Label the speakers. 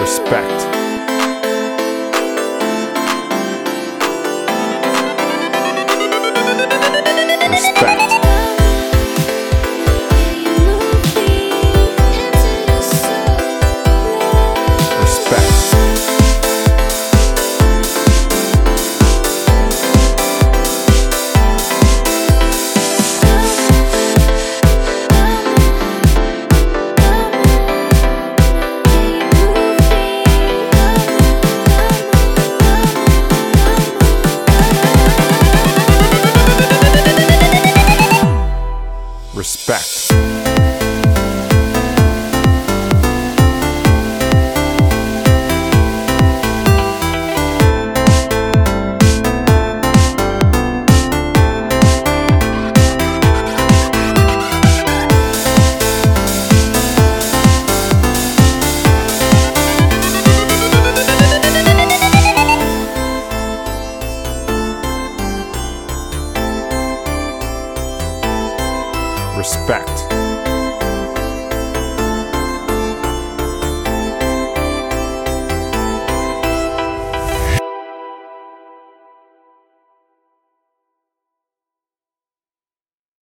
Speaker 1: respect. Respect. Respect. Respect.